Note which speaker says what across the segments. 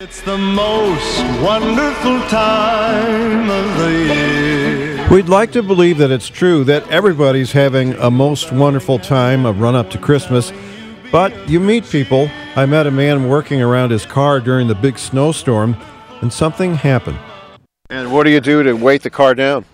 Speaker 1: It's the most wonderful time of the year.
Speaker 2: We'd like to believe that it's true that everybody's having a most wonderful time of run up to Christmas, but you meet people. I met a man working around his car during the big snowstorm, and something happened.
Speaker 1: And what do you do to weight the car down?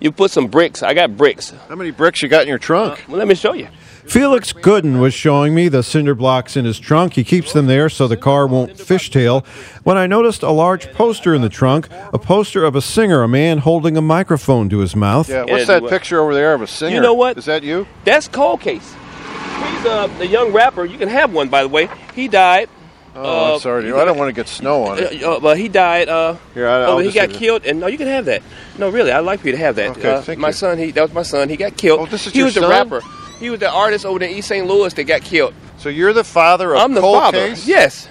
Speaker 3: You put some bricks. I got bricks.
Speaker 1: How many bricks you got in your trunk?
Speaker 3: Well, let me show you.
Speaker 2: Felix Gooden was showing me the cinder blocks in his trunk. He keeps them there so the car won't fishtail. When I noticed a large poster in the trunk, a poster of a singer, a man holding a microphone to his mouth.
Speaker 1: Yeah, what's
Speaker 3: And
Speaker 1: that
Speaker 3: what-
Speaker 1: picture over there of a singer?
Speaker 3: You know what?
Speaker 1: Is that you?
Speaker 3: That's Cold Case. He's uh, the young rapper. You can have one, by the way. He died.
Speaker 1: Oh, I'm sorry. dude. I don't want to get snow on
Speaker 3: Uh,
Speaker 1: it.
Speaker 3: uh, but he died. Uh,
Speaker 1: Here, I- I'll
Speaker 3: oh, he
Speaker 1: just
Speaker 3: got
Speaker 1: leave it.
Speaker 3: killed. And no, you can have that. No, really, I'd like for you to have that.
Speaker 1: Okay,
Speaker 3: Uh,
Speaker 1: thank
Speaker 3: my
Speaker 1: you.
Speaker 3: son, he that was my son. He got killed.
Speaker 1: Oh, this is
Speaker 3: he
Speaker 1: your
Speaker 3: was
Speaker 1: son?
Speaker 3: the rapper. He was the artist over in East St. Louis that got killed.
Speaker 1: So you're the father of
Speaker 3: I'm the
Speaker 1: Cold
Speaker 3: father.
Speaker 1: Case?
Speaker 3: Yes,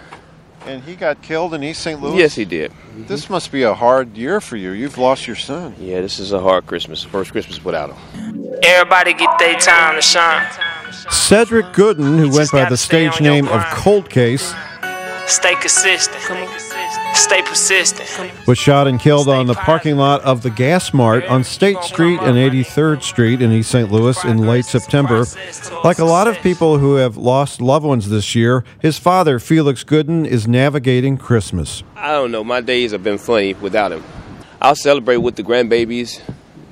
Speaker 1: And he got killed in East St. Louis?
Speaker 3: yes, he did.
Speaker 1: This must be a hard year for you. You've lost your son.
Speaker 3: Yeah, this is a hard Christmas. First Christmas without him.
Speaker 4: Everybody get their time to shine.
Speaker 2: Cedric Gooden, who went by the stage name of Cold Case,
Speaker 4: Stay consistent. Stay persistent.
Speaker 2: was shot and killed on the parking lot of the Gas Mart on State Street and 83rd Street in East St. Louis in late September. Like a lot of people who have lost loved ones this year, his father, Felix Gooden, is navigating Christmas.
Speaker 3: I don't know. My days have been funny without him. I'll celebrate with the grandbabies.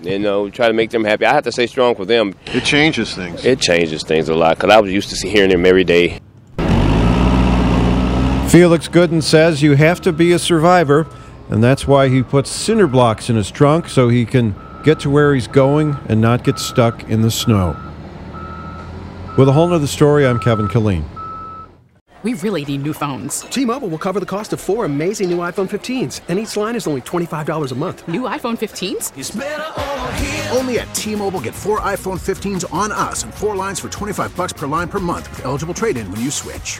Speaker 3: You know, try to make them happy. I have to stay strong for them.
Speaker 1: It changes things.
Speaker 3: It changes things a lot because I was used to see hearing him every day.
Speaker 2: Felix Gooden says you have to be a survivor, and that's why he puts cinder blocks in his trunk so he can get to where he's going and not get stuck in the snow. With a whole nother story, I'm Kevin Killeen.
Speaker 5: We really need new phones.
Speaker 6: T-Mobile will cover the cost of four amazing new iPhone 15s, and each line is only $25 a month.
Speaker 5: New iPhone 15s?
Speaker 7: Only at T-Mobile, get four iPhone 15s on us and four lines for 25 bucks per line per month with eligible trade-in when you switch.